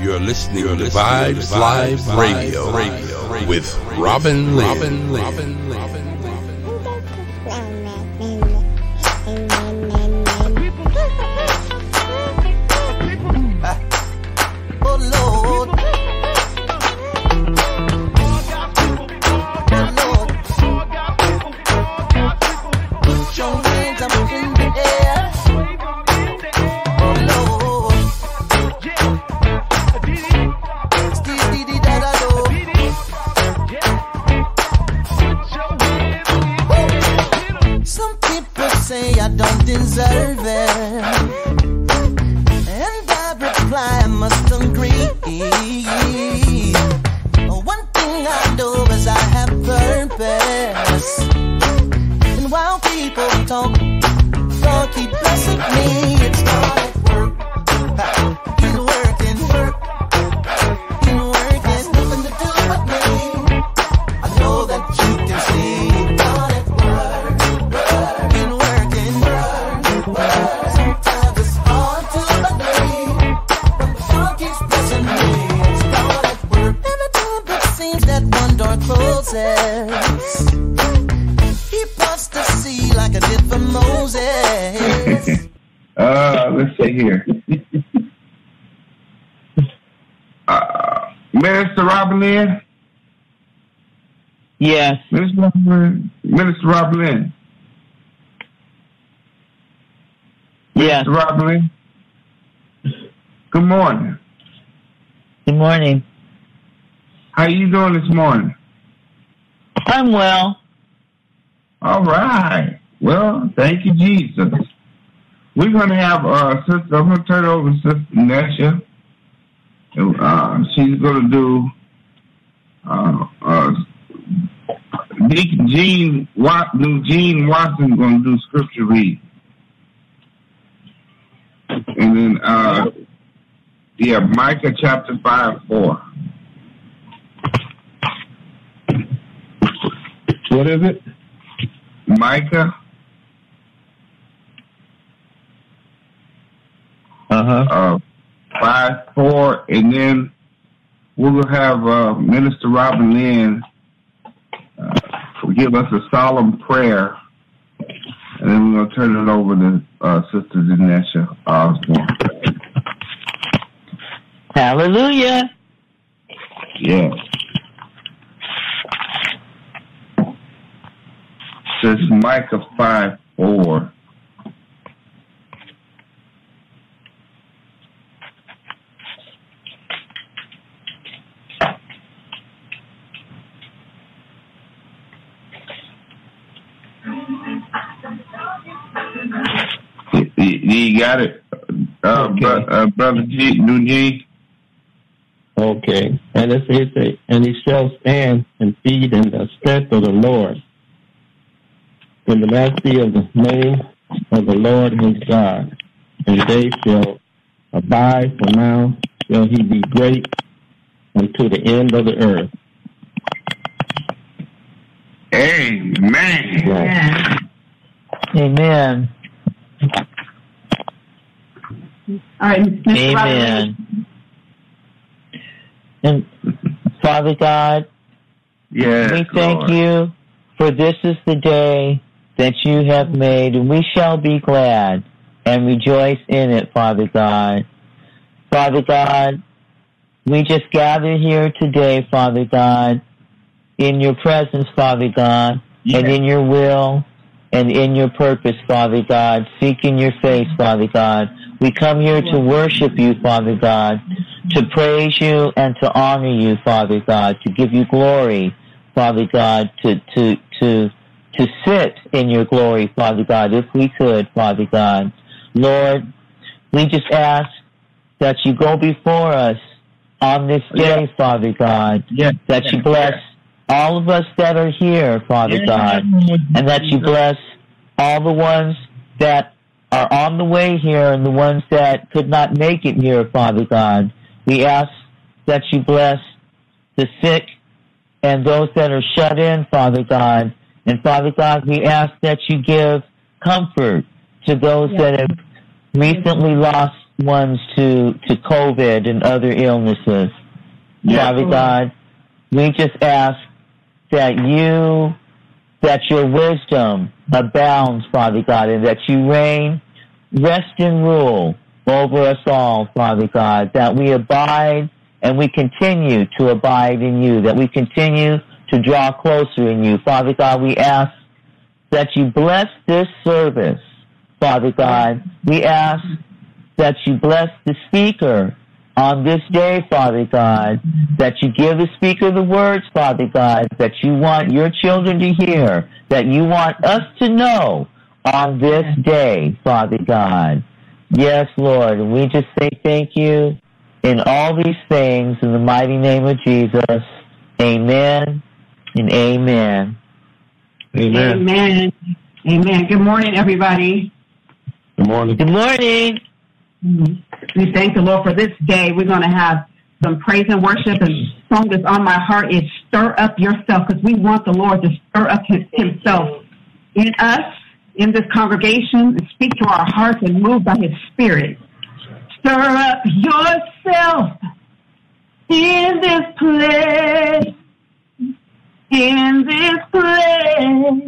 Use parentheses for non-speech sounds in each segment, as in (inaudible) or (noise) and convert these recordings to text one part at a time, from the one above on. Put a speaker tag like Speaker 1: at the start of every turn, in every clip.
Speaker 1: You're listening, You're to listening Vibes, Vibes Live, Vibes Radio, Vibes Radio, Radio, Radio, with Robin Lynn. Robin Lynn. Robin Lynn. Robin Lynn.
Speaker 2: Uh, Uh, this morning?
Speaker 3: I'm well.
Speaker 2: All right. Well, thank you, Jesus. We're going to have uh, sister. I'm going to turn over to Sister Nesha. Uh, she's going to do uh, uh, Deacon Gene Wat, New Gene Watson going to do scripture read, and then uh, yeah, Micah chapter five four.
Speaker 4: What is it?
Speaker 2: Micah.
Speaker 4: Uh-huh.
Speaker 2: Uh, five, four, and then we'll have uh, Minister Robin Lynn uh, give us a solemn prayer, and then we're going to turn it over to uh, Sister Dinesha Osborne.
Speaker 3: Hallelujah.
Speaker 2: Yes. says Micah 5 4. You, you got it, uh, okay. bro, uh, brother G, New G.
Speaker 4: Okay, and it says, and he shall stand and feed in the strength of the Lord, in the majesty of the name of the Lord his God. And they shall abide for now, shall he be great unto the end of the earth.
Speaker 2: Amen.
Speaker 3: Amen. Amen.
Speaker 5: All right, Mr. Rodriguez.
Speaker 4: Amen. And Father God,
Speaker 2: Yes.
Speaker 4: we thank
Speaker 2: Lord.
Speaker 4: you for this is the day that you have made, and we shall be glad and rejoice in it, Father God. Father God, we just gather here today, Father God, in your presence, Father God,
Speaker 2: Yes.
Speaker 4: and in your will and in your purpose, Father God, seeking your face, Father God. We come here to worship you, Father God, to praise you and to honor you, Father God, to give you glory, Father God, to, to, to, to sit in your glory, Father God, if we could, Father God. Lord, we just ask that you go before us on this day, Father God,
Speaker 2: Yes.
Speaker 4: that you bless all of us that are here, Father
Speaker 2: Yes,
Speaker 4: God
Speaker 2: Lord
Speaker 4: and that you
Speaker 2: Jesus.
Speaker 4: bless all the ones that are on the way here and the ones that could not make it here, Father God. We ask that you bless the sick and those that are shut in, Father God. And Father God, we ask that you give comfort to those
Speaker 5: Yes.
Speaker 4: that have recently lost ones to, to COVID and other illnesses.
Speaker 2: Yes,
Speaker 4: Father
Speaker 2: Lord.
Speaker 4: God, we just ask that you, that your wisdom abounds, Father God, and that you reign, rest and rule over us all, Father God, that we abide and we continue to abide in you, that we continue to draw closer in you. Father God, we ask that you bless this service, Father God. We ask that you bless the speaker on this day, Father God, that you give the speaker the words, Father God, that you want your children to hear, that you want us to know on this day, Father God. Yes, Lord. And we just say thank you in all these things in the mighty name of Jesus. Amen and amen.
Speaker 6: Amen.
Speaker 5: Amen. Amen. Good morning, everybody.
Speaker 6: Good morning.
Speaker 4: Good morning.
Speaker 5: We thank the Lord for this day. We're going to have some praise and worship and song that's on my heart is stir up yourself because we want the Lord to stir up his, himself in us, in this congregation, and speak to our hearts and move by his spirit. Stir up yourself in this place, in this place,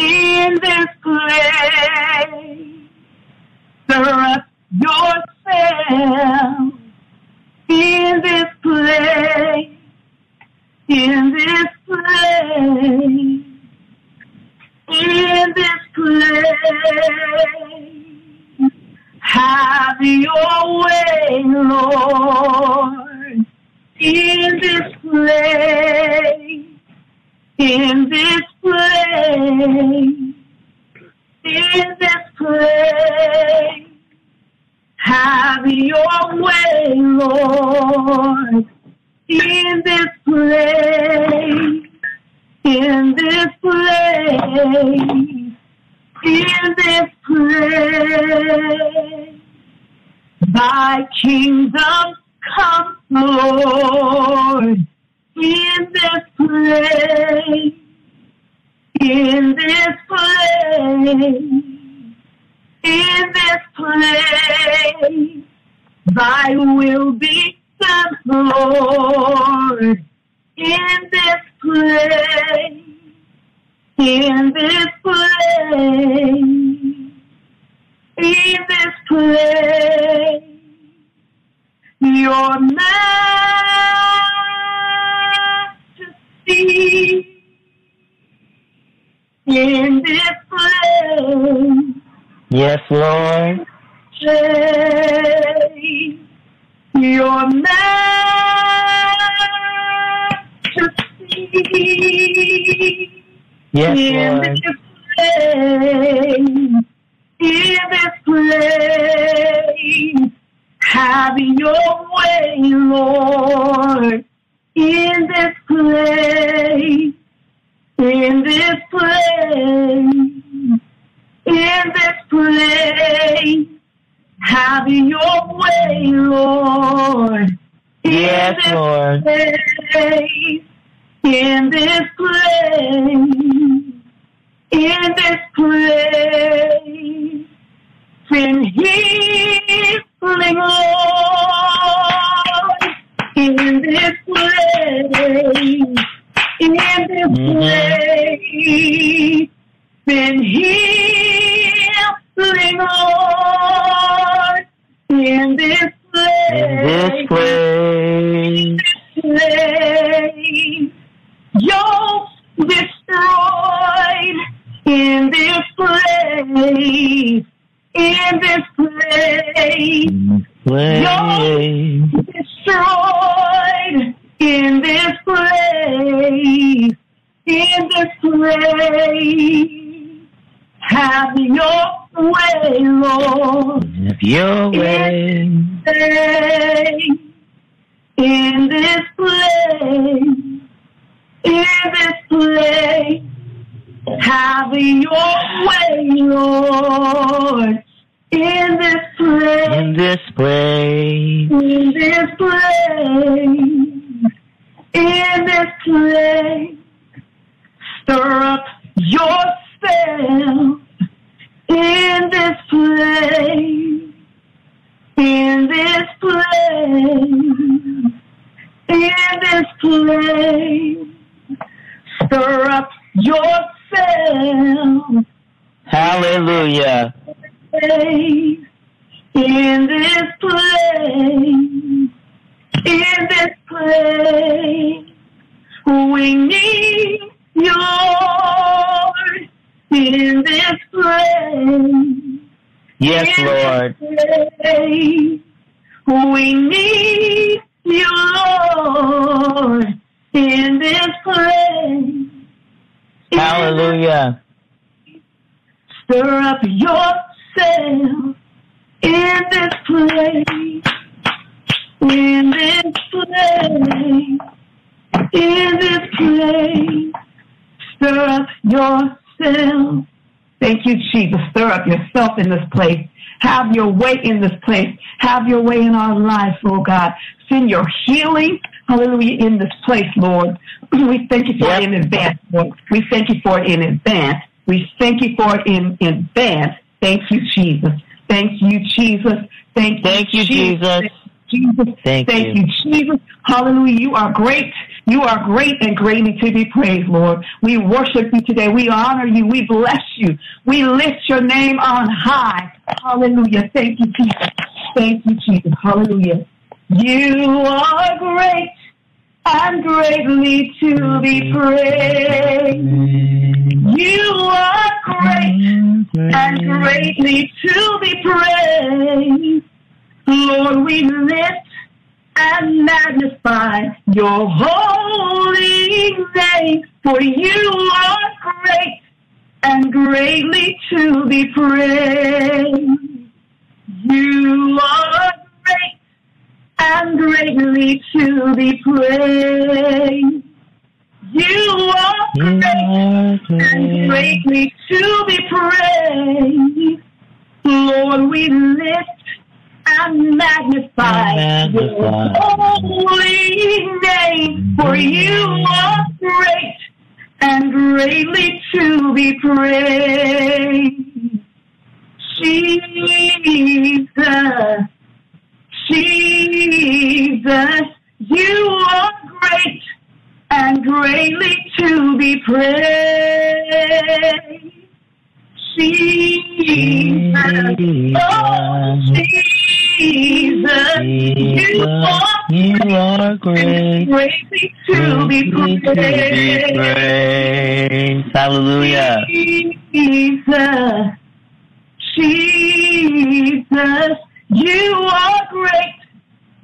Speaker 5: in this place stir up yourself in this place, in this place, in this place. Have your way, Lord, in this place, in this place in this place. Have your way, Lord, in this place, in this place, in this place. Thy kingdom come, Lord, in this place in this place, in this place, thy will be done, Lord, in this place, in this place, in this place, your majesty in this place,
Speaker 4: Yes, Lord.
Speaker 5: your majesty
Speaker 4: Yes,
Speaker 5: in
Speaker 4: Lord.
Speaker 5: this place, in this place, have your way, Lord, in this place, in this place, in this place, have your way, Lord, in
Speaker 4: Yes,
Speaker 5: this
Speaker 4: Lord.
Speaker 5: place, in this place, in this place, in healing, Lord, in this place, in this
Speaker 4: Mm-hmm.
Speaker 5: place, in healing, Lord, in this place,
Speaker 4: In this place,
Speaker 5: place. Yokes destroyed in this place. In this place.
Speaker 4: in this place,
Speaker 5: Destroyed in this place. In this place. Have your way, Lord
Speaker 4: have your way.
Speaker 5: place, in this place, in this place, have your way, Lord. In this
Speaker 4: In
Speaker 5: place,
Speaker 4: this place,
Speaker 5: in this place, in this place, stir up yourself. In this place in this place, in this place, stir up yourself,
Speaker 4: hallelujah.
Speaker 5: place, in this place, in this place, we need your in this place.
Speaker 4: Yes, Lord.
Speaker 5: We need you, Lord, in this place.
Speaker 4: Hallelujah.
Speaker 5: Stir up yourself in this place. In this place. In this place. Stir up yourself. Thank you, Jesus. Stir up yourself in this place. Have your way in this place. Have your way in our lives, Lord God. Send your healing, hallelujah, in this place, Lord. (clears throat) We thank you for it in advance, Lord. We thank you for it in advance. We thank you for it in advance. Thank you, Jesus. Thank you, Jesus. Thank you,
Speaker 4: Thank you, Jesus.
Speaker 5: Jesus.
Speaker 4: Thank you.
Speaker 5: Jesus. Hallelujah. You are great. You are great and greatly to be praised, Lord. We worship you today. We honor you. We bless you. We lift your name on high. Hallelujah. Thank you, Jesus. Thank you, Jesus. Hallelujah. You are great and greatly to be praised. You are great and greatly to be praised. Lord, we lift and magnify your holy name, for you are great and greatly to be praised. You are great and greatly to be praised. You are
Speaker 4: You
Speaker 5: great
Speaker 4: are
Speaker 5: and
Speaker 4: great.
Speaker 5: greatly to be praised. Lord, we lift and magnify
Speaker 4: And
Speaker 5: your
Speaker 4: magnify.
Speaker 5: holy name, for you are great and greatly to be praised. Jesus, Jesus, you are great and greatly to be praised. Jesus, oh Jesus, you
Speaker 4: Jesus,
Speaker 5: are
Speaker 4: you are
Speaker 5: and
Speaker 4: great.
Speaker 5: greatly to be
Speaker 4: Greatly to be
Speaker 5: praised.
Speaker 4: praised. Hallelujah.
Speaker 5: Jesus, Jesus, you are great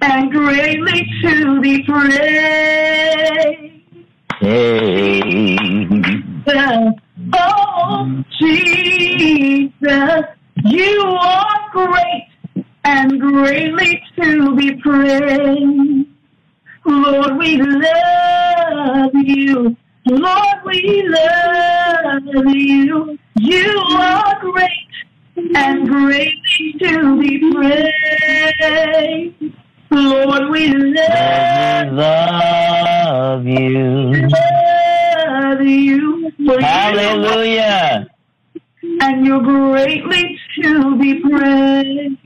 Speaker 5: and greatly to be praised.
Speaker 4: Amen.
Speaker 5: Oh, Jesus, you are great and greatly to be praised. Lord, we love you. Lord, we love you. You are great and greatly to be praised. Lord, we love
Speaker 4: And we love you.
Speaker 5: love you. For you are
Speaker 4: Hallelujah.
Speaker 5: and you're greatly to be be praised.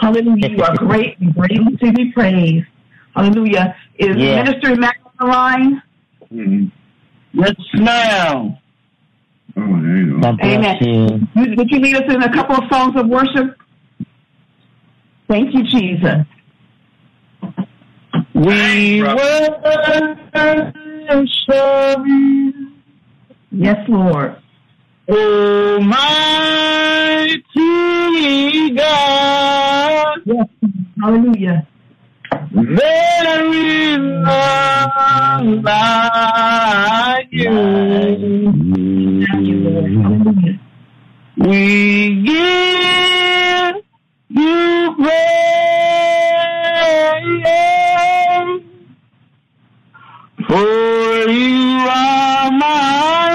Speaker 5: Hallelujah. You are great and greatly to be praised. Hallelujah. Is
Speaker 2: Yeah.
Speaker 5: Minister Mac on the line?
Speaker 4: Mm-hmm.
Speaker 7: Mhm.
Speaker 5: Yes, ma'am.
Speaker 7: Oh, there you go.
Speaker 2: God bless you.
Speaker 5: You- Would you lead us in a couple of songs of worship? Thank you, Jesus.
Speaker 4: We worship you,
Speaker 5: Yes, Lord.
Speaker 4: Almighty God.
Speaker 5: Yes. Hallelujah.
Speaker 4: There is none like you.
Speaker 5: Thank you, Lord. Hallelujah.
Speaker 4: We give you praise, for you are my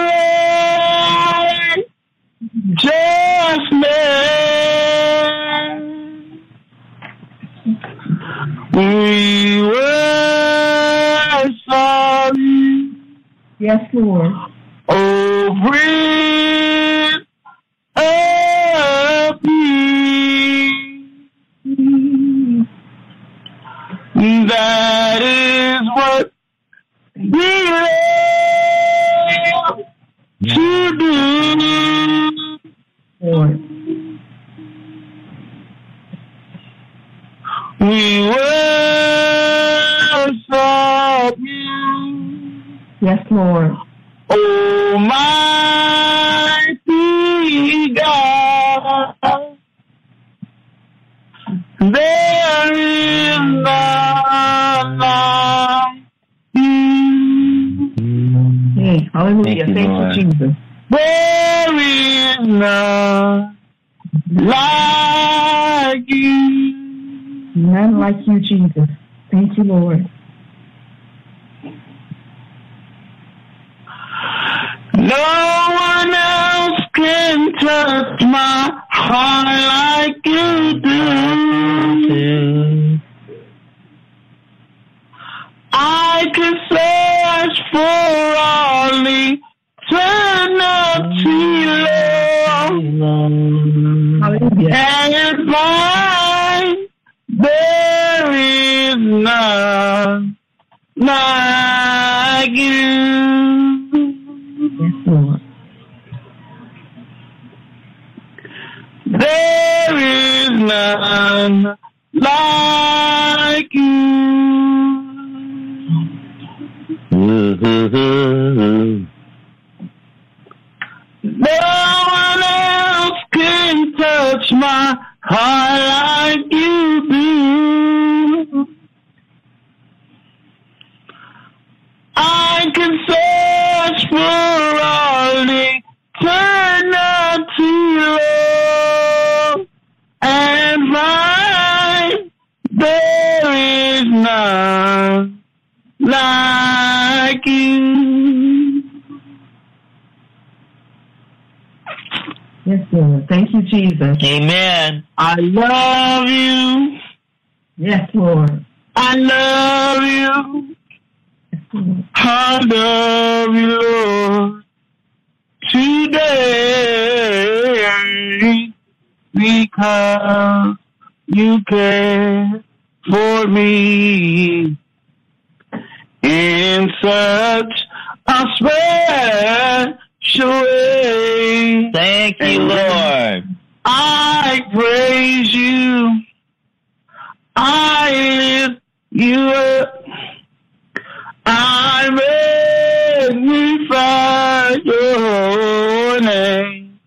Speaker 4: just man. We worship you.
Speaker 5: Yes, Lord.
Speaker 4: Oh, breathe of me. That is what we love to do.
Speaker 5: Lord.
Speaker 4: We worship you.
Speaker 5: Yes, Lord.
Speaker 4: Almighty God, there is none like you.
Speaker 5: Hey, hallelujah.
Speaker 2: Thank you,
Speaker 5: Thank you,
Speaker 2: Lord.
Speaker 5: Jesus.
Speaker 4: There is none like you.
Speaker 5: None like you, Jesus. Thank you, Lord.
Speaker 4: No one else can touch my heart like you do. I could search for all eternity, Lord,
Speaker 5: Hallelujah.
Speaker 4: and find there is none like you.
Speaker 5: Lord.
Speaker 4: There is none like you. No one else can touch my heart like you do. I can search for all eternity, Lord, and find there is none like you.
Speaker 5: Yes, Lord. Thank you, Jesus.
Speaker 2: Amen.
Speaker 4: I love you.
Speaker 5: Yes, Lord.
Speaker 4: I love you. I love you, Lord. Today, because you care for me in such a special way.
Speaker 2: Thank you, Lord.
Speaker 4: I praise you. I lift you up. I magnify your name.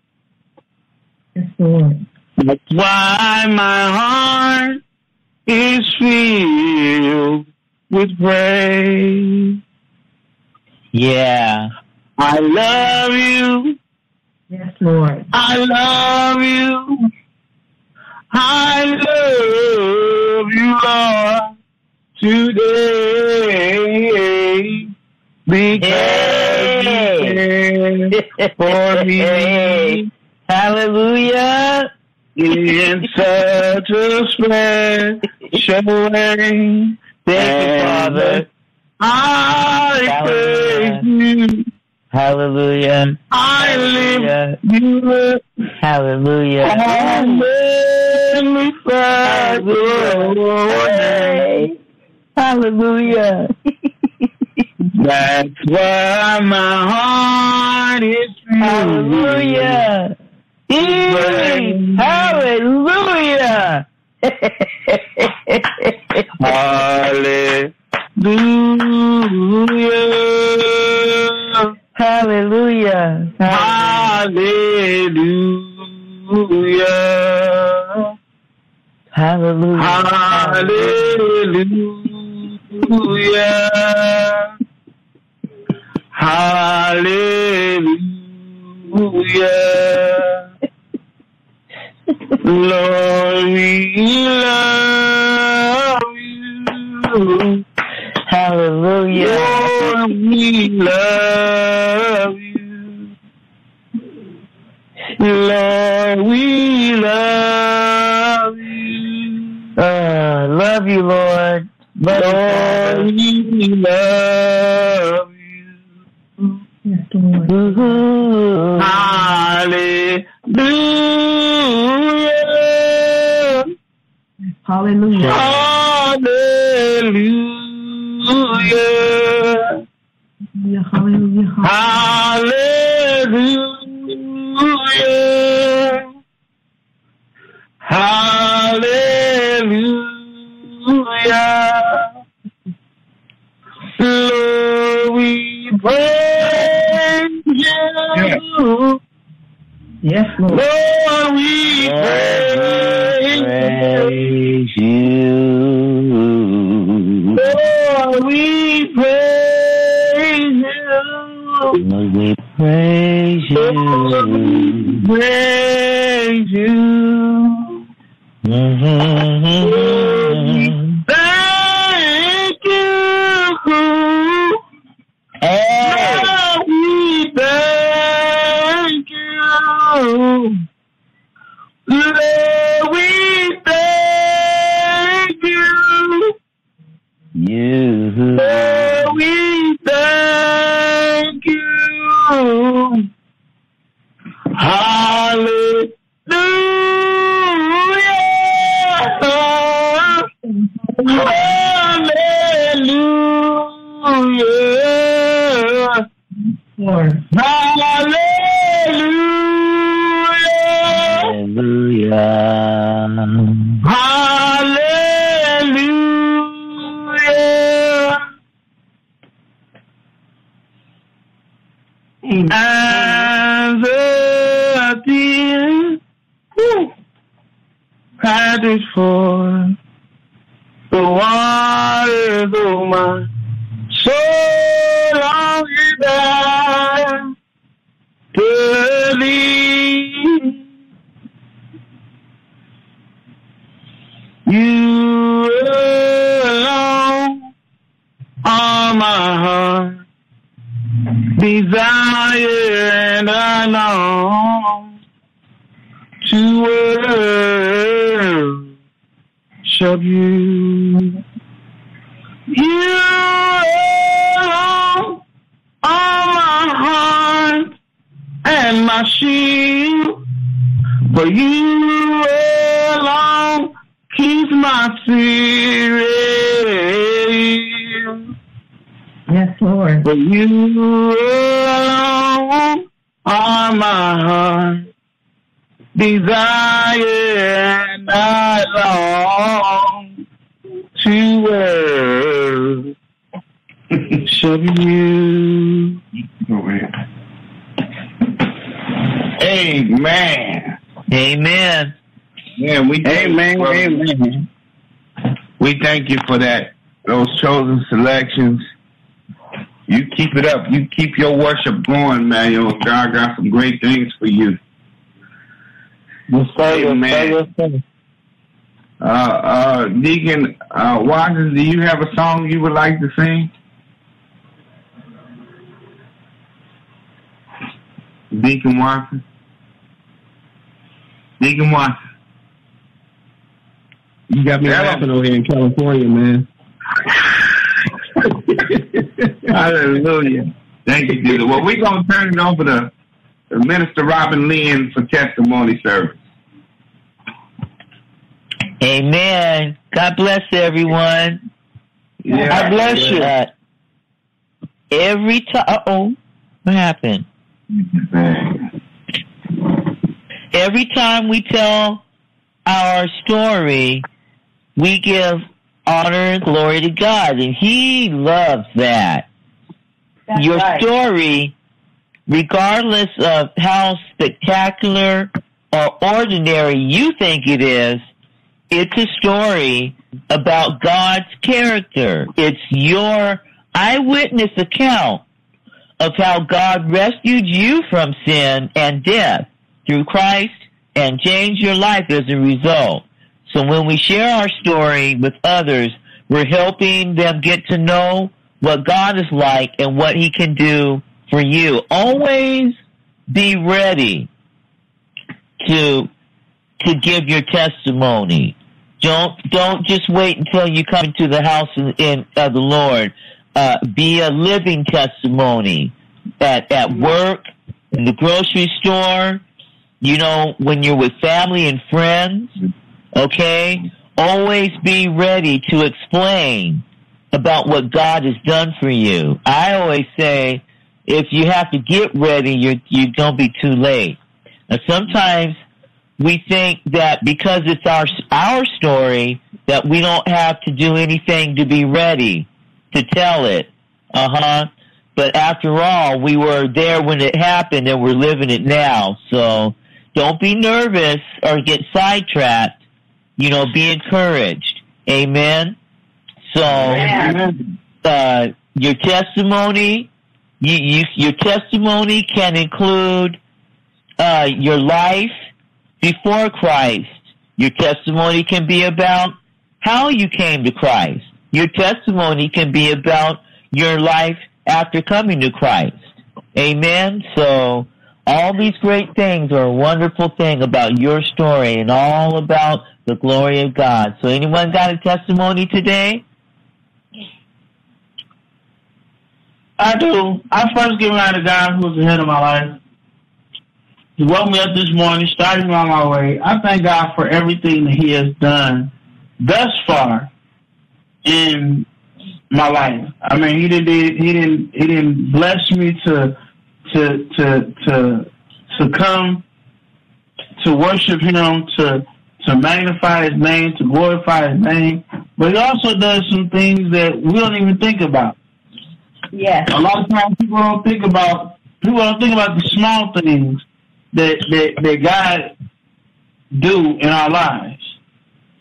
Speaker 5: Yes, Lord.
Speaker 4: That's why my heart is filled with praise.
Speaker 2: Yeah.
Speaker 4: I love you.
Speaker 5: Yes, Lord.
Speaker 4: I love you. I love you, Lord, today. Because you care for me
Speaker 2: Hallelujah.
Speaker 4: in such a special way.
Speaker 2: Thank you, Father.
Speaker 4: I praise you.
Speaker 2: Hallelujah.
Speaker 4: I lift
Speaker 2: Hallelujah.
Speaker 4: you up.
Speaker 8: Hallelujah.
Speaker 5: Hallelujah. Hallelujah.
Speaker 4: That's why my heart is filled.
Speaker 5: Hallelujah. Yay. Hallelujah.
Speaker 4: Hallelujah.
Speaker 5: Hallelujah.
Speaker 4: Hallelujah.
Speaker 5: Hallelujah.
Speaker 4: Hallelujah. Hallelujah. Lord, we love you.
Speaker 5: Ah, Hallelujah.
Speaker 4: Lord, we love you. Lord, we love you.
Speaker 5: Uh, love you, Lord. Love
Speaker 4: Lord,
Speaker 5: you.
Speaker 4: we love you. Mm-hmm.
Speaker 5: Ooh.
Speaker 4: Hallelujah.
Speaker 9: Hallelujah.
Speaker 4: Hallelujah.
Speaker 9: Hallelujah.
Speaker 4: Hallelujah. Hallelujah. Lord, we praise you.
Speaker 9: Yes, Lord.
Speaker 4: Lord, we praise you.
Speaker 8: Praise you.
Speaker 4: Lord, we praise you.
Speaker 8: Lord, we praise
Speaker 4: Lord, we
Speaker 8: you.
Speaker 4: praise you.
Speaker 8: Mm-hmm. Mhm.
Speaker 4: Thank you.
Speaker 8: Hey.
Speaker 4: Lord, we thank you. Lord, we thank you.
Speaker 8: You.
Speaker 4: Lord, we thank you. Hallelujah. Hallelujah.
Speaker 9: Lord.
Speaker 4: Hallelujah.
Speaker 8: Hallelujah.
Speaker 4: Hallelujah.
Speaker 9: Amen.
Speaker 4: And the dear cried for the waters of my soul longed down to thee. You alone are my heart desire and I long to worship you. You alone are my heart and my shield, for you alone keeps my spirit.
Speaker 9: Yes, Lord.
Speaker 4: But you alone are my heart, desire and I long to worship you.
Speaker 2: Go ahead. Amen.
Speaker 8: Amen.
Speaker 2: Man, we thank you,
Speaker 4: Amen,
Speaker 2: brother.
Speaker 4: amen.
Speaker 2: We thank you for that. Those chosen selections. You keep it up. You keep your worship going, man. Yo, God got some great things for you.
Speaker 4: Yes, sir, yes,
Speaker 2: Amen.
Speaker 4: sir, yes, sir.
Speaker 2: Uh, uh, Deacon uh, Washington, do you have a song you would like to sing? Deacon Watson. Deacon Watson.
Speaker 4: You got me
Speaker 2: Yeah.
Speaker 4: laughing over here in California, man.
Speaker 2: (laughs) Hallelujah. Thank you, Jesus. Well, we're going to turn it over to Minister Robin Lynn for testimony service.
Speaker 4: Amen. God bless everyone.
Speaker 2: Yeah.
Speaker 4: God bless you. Uh, every time, uh oh, what happened?
Speaker 2: Man.
Speaker 4: Every time we tell our story, we give honor and glory to God, and He loves that.
Speaker 5: That's
Speaker 4: Your
Speaker 5: right.
Speaker 4: story, regardless of how spectacular or ordinary you think it is, it's a story about God's character. It's your eyewitness account of how God rescued you from sin and death through Christ and changed your life as a result. So when we share our story with others, we're helping them get to know what God is like and what he can do for you. Always be ready to to give your testimony. Don't don't just wait until you come to the house in, in of the Lord. Uh, be a living testimony at at work, in the grocery store. You know when you're with family and friends. Okay, always be ready to explain about what God has done for you. I always say, if you have to get ready, you you don't be too late. And sometimes we think that because it's our our story that we don't have to do anything to be ready to tell it. Uh huh. But after all, we were there when it happened, and we're living it now. So don't be nervous or get sidetracked. You know, be encouraged. Amen. So
Speaker 2: Amen.
Speaker 4: uh, your testimony. You, you, your testimony can include uh, your life before Christ. Your testimony can be about how you came to Christ. Your testimony can be about your life after coming to Christ. Amen. So all these great things are a wonderful thing about your story and all about the glory of God. So anyone got a testimony today?
Speaker 10: I do. I first give honor to God who's the head of my life. He woke me up this morning, started me on my way. I thank God for everything that He has done thus far in my life. I mean, He didn't He didn't He didn't bless me to to to to to come to worship Him to to magnify His name to glorify His name, but He also does some things that we don't even think about
Speaker 5: Yes.
Speaker 10: a lot of times people don't think about people don't think about the small things that that, that God do in our lives.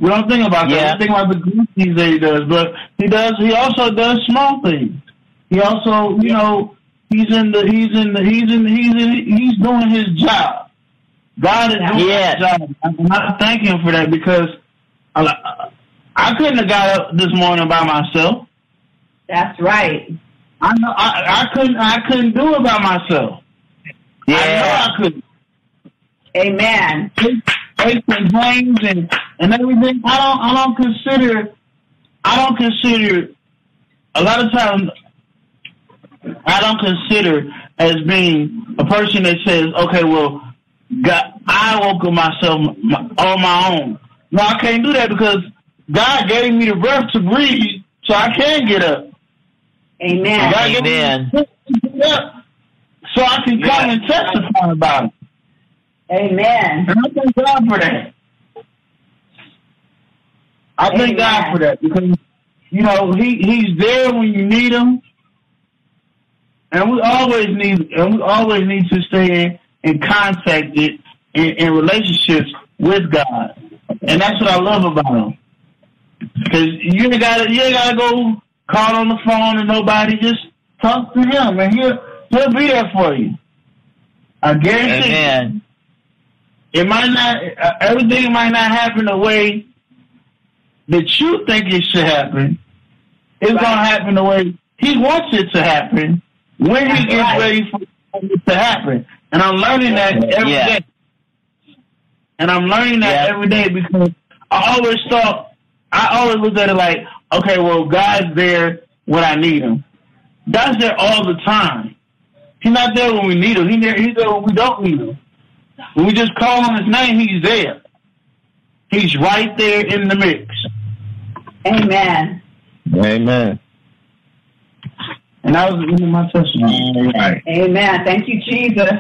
Speaker 10: We don't think about
Speaker 4: Yeah.
Speaker 10: that. We think about the good things that He does, but He does. He also does small things. He also, you know, He's in the He's in the He's in the, He's in He's doing His job. God is doing
Speaker 4: Yes.
Speaker 10: His job. And I thank Him for that because I, I couldn't have got up this morning by myself.
Speaker 5: That's right.
Speaker 10: I know I, I couldn't I couldn't do it by myself. I know I couldn't.
Speaker 5: Amen.
Speaker 10: Aches and pains and, and everything. I don't I don't consider I don't consider a lot of times I don't consider as being a person that says, okay, well, God, I woke up myself my, on my own. No, I can't do that because God gave me the breath to breathe, so I can get up.
Speaker 5: Amen.
Speaker 10: God gave me the
Speaker 4: Amen.
Speaker 10: breath to get up, so I can come and testify about it.
Speaker 5: Amen.
Speaker 10: And I thank God for that. I thank
Speaker 5: Amen.
Speaker 10: God for that because you know he he's there when you need him, and we always need and we always need to stay in, in contact in, in, in relationships with God, and that's what I love about him. Because you ain't got to you ain't got to go call on the phone and nobody just talk to him, and he'll he'll be there for you. I guarantee. you.
Speaker 4: Amen.
Speaker 10: It might not, uh, everything might not happen the way that you think it should happen. It's going to happen the way he wants it to happen when he gets
Speaker 5: Right.
Speaker 10: ready for it to happen. And I'm learning that every day.
Speaker 4: Yeah.
Speaker 10: And I'm learning that
Speaker 4: Yeah.
Speaker 10: every day because I always thought, I always looked at it like, okay, well, God's there when I need him. God's there all the time. He's not there when we need him. He there, he's there when we don't need him. When we just call on his name, he's there. He's right there in the mix.
Speaker 5: Amen.
Speaker 6: Amen.
Speaker 10: And that was the end of my testimony.
Speaker 2: Right.
Speaker 5: Amen. Thank you, Jesus.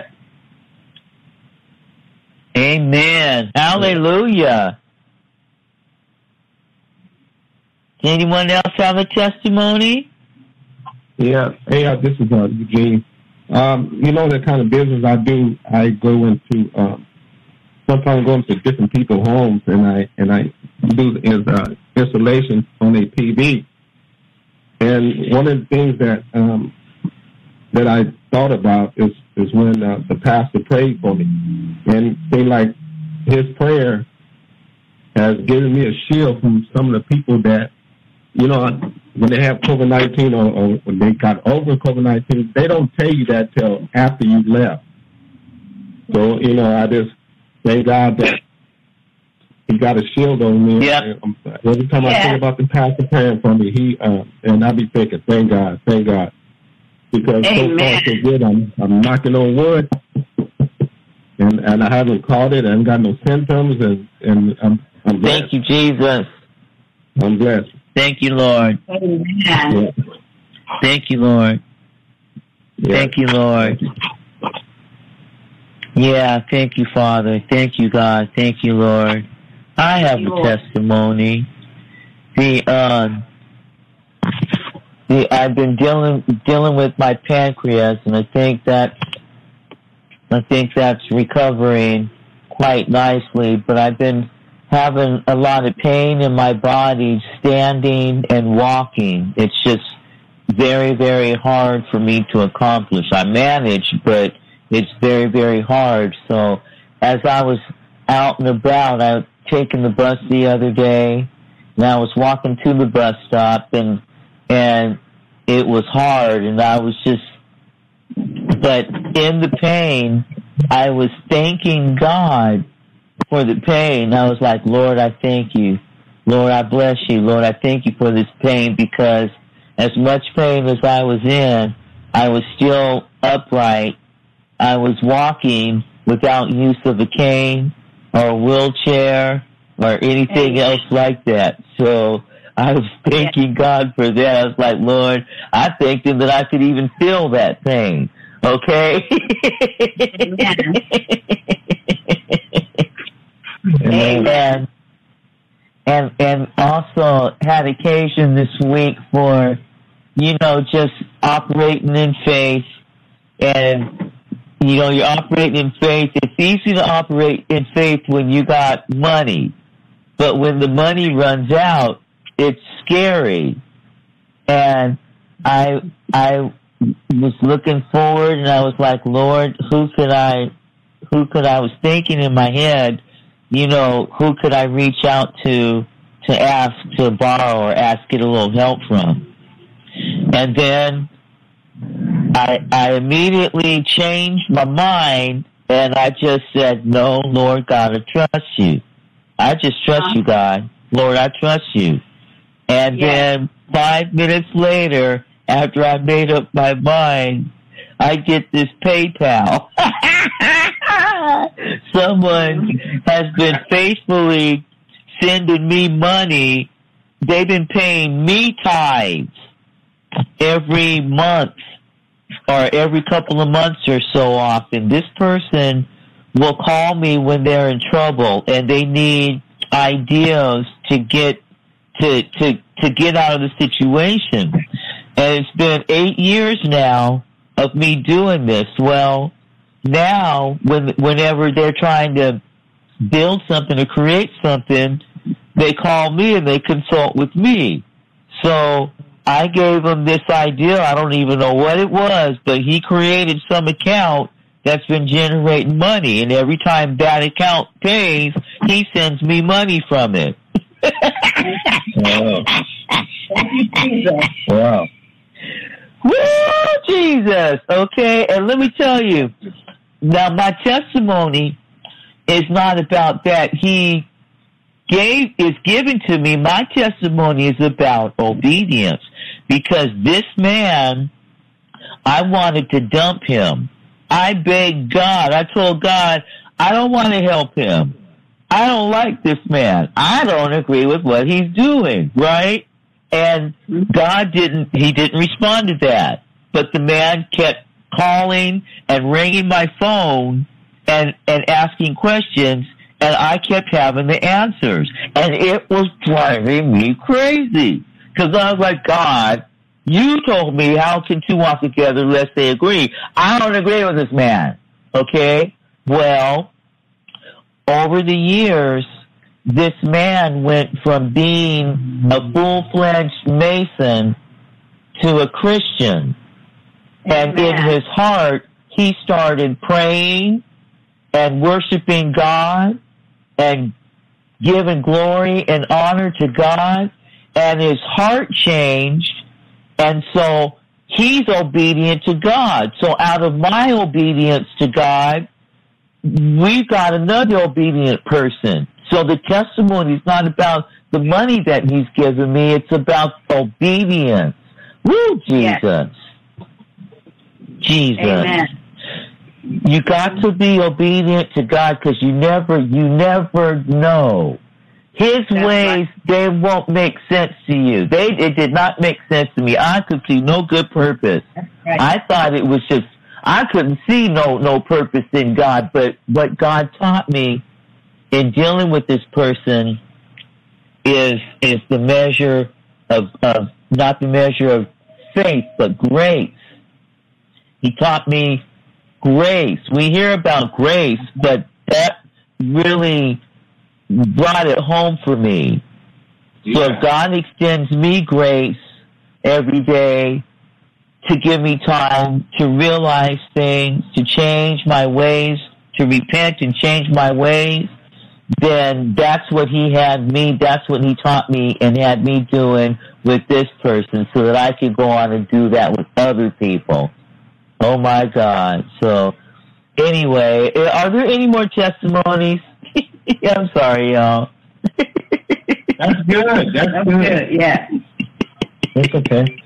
Speaker 4: Amen. Hallelujah. Anyone else have a testimony?
Speaker 6: Yeah. Hey, uh, this is uh, Eugene. Um, you know the kind of business I do. I go into um, sometimes go into different people's homes, and I and I do is uh, installation on a PV. And one of the things that um, that I thought about is is when uh, the pastor prayed for me, and they like his prayer has given me a shield from some of the people that you know, when they have COVID 19 or, or when they got over COVID 19, they don't tell you that till after you left. So, you know, I just thank God that he got a shield on me.
Speaker 4: Yep.
Speaker 6: And, um, Every time I
Speaker 5: Yeah.
Speaker 6: think about the pastor praying for me, he, uh, and I be thinking, thank God, thank God. Because so far,
Speaker 5: Amen.
Speaker 6: so good. I'm, I'm knocking on wood. And, and I haven't caught it. I haven't got no symptoms, and, and I'm, I'm blessed.
Speaker 4: Thank you, Jesus.
Speaker 6: I'm blessed.
Speaker 4: Thank you, Lord.
Speaker 5: Amen.
Speaker 6: Yeah.
Speaker 4: Thank you, Lord.
Speaker 6: Yeah.
Speaker 4: Thank you, Lord. Yeah, thank you, Father. Thank you, God. Thank you, Lord. I have
Speaker 5: you,
Speaker 4: a
Speaker 5: Lord.
Speaker 4: testimony. The um, the I've been dealing dealing with my pancreas, and I think that I think that's recovering quite nicely. But I've been having a lot of pain in my body, standing and walking. It's just very, very hard for me to accomplish. I manage, but it's very, very hard. So as I was out and about, I had taken the bus the other day and I was walking to the bus stop and, and it was hard and I was just, but in the pain, I was thanking God for the pain. I was like, Lord, I thank you. Lord, I bless you. Lord, I thank you for this pain because as much pain as I was in, I was still upright. I was walking without use of a cane or a wheelchair or anything
Speaker 5: Amen.
Speaker 4: else like that. So I was thanking God for that. I was like, Lord, I thanked him that I could even feel that pain. Okay?
Speaker 5: Amen.
Speaker 4: (laughs) and and and also had occasion this week for you know just operating in faith and you know you're operating in faith it's easy to operate in faith when you got money but when the money runs out it's scary and i i was looking forward and i was like lord who could i who could i was thinking in my head you know, who could I reach out to to ask to borrow or ask get a little help from? And then I I immediately changed my mind and I just said, No, Lord God, I trust you. I just trust
Speaker 5: Uh-huh.
Speaker 4: you, God. Lord, I trust you. And
Speaker 5: Yeah.
Speaker 4: then five minutes later, after I made up my mind, I get this PayPal. (laughs) Someone has been faithfully sending me money. They've been paying me tithes every month or every couple of months or so often. This person will call me when they're in trouble and they need ideas to get to to to get out of the situation. And it's been eight years now of me doing this. Well, now when whenever they're trying to build something or create something, they call me and they consult with me. So I gave him this idea. I don't even know what it was, but he created some account that's been generating money. And every time that account pays, he sends me money from it.
Speaker 6: Wow.
Speaker 5: Thank you, Jesus.
Speaker 6: Wow.
Speaker 4: Woo, Jesus. Okay, and let me tell you. Now, my testimony is not about that. He gave is given to me. My testimony is about obedience because this man I wanted to dump him. I begged God. I told God, I don't want to help him. I don't like this man. I don't agree with what he's doing, right? And God didn't, he didn't respond to that. But the man kept calling and ringing my phone and, and asking questions and I kept having the answers and it was driving me crazy. Cause I was like, God, you told me how can two walk together unless they agree? I don't agree with this man. Okay? Well, over the years, this man went from being a full fledged Mason to a Christian. And in his heart, he started praying and worshiping God and giving glory and honor to God. And his heart changed. And so he's obedient to God. So out of my obedience to God, we've got another obedient person. So the testimony is not about the money that he's given me. It's about obedience. Woo, Jesus. Jesus.
Speaker 5: Amen.
Speaker 4: You got to be obedient to God because you never, you never know. His
Speaker 5: That's
Speaker 4: ways, they won't make sense to you. They, it did not make sense to me. I could see no good purpose.
Speaker 5: Right.
Speaker 4: I thought it was just I couldn't see no no purpose in God, but what God taught me in dealing with this person is is the measure of of not the measure of faith but grace. He taught me grace. We hear about grace, but that really brought it home for me. So if God extends me grace every day to give me time to realize things, to change my ways, to repent and change my ways, then that's what he had me, that's what he taught me and had me doing with this person so that I could go on and do that with other people. Oh my God. So anyway, eh, are there any more testimonies? (laughs) I'm sorry, y'all.
Speaker 2: That's good. That's
Speaker 5: That's
Speaker 2: good.
Speaker 5: good. Yeah.
Speaker 6: It's okay.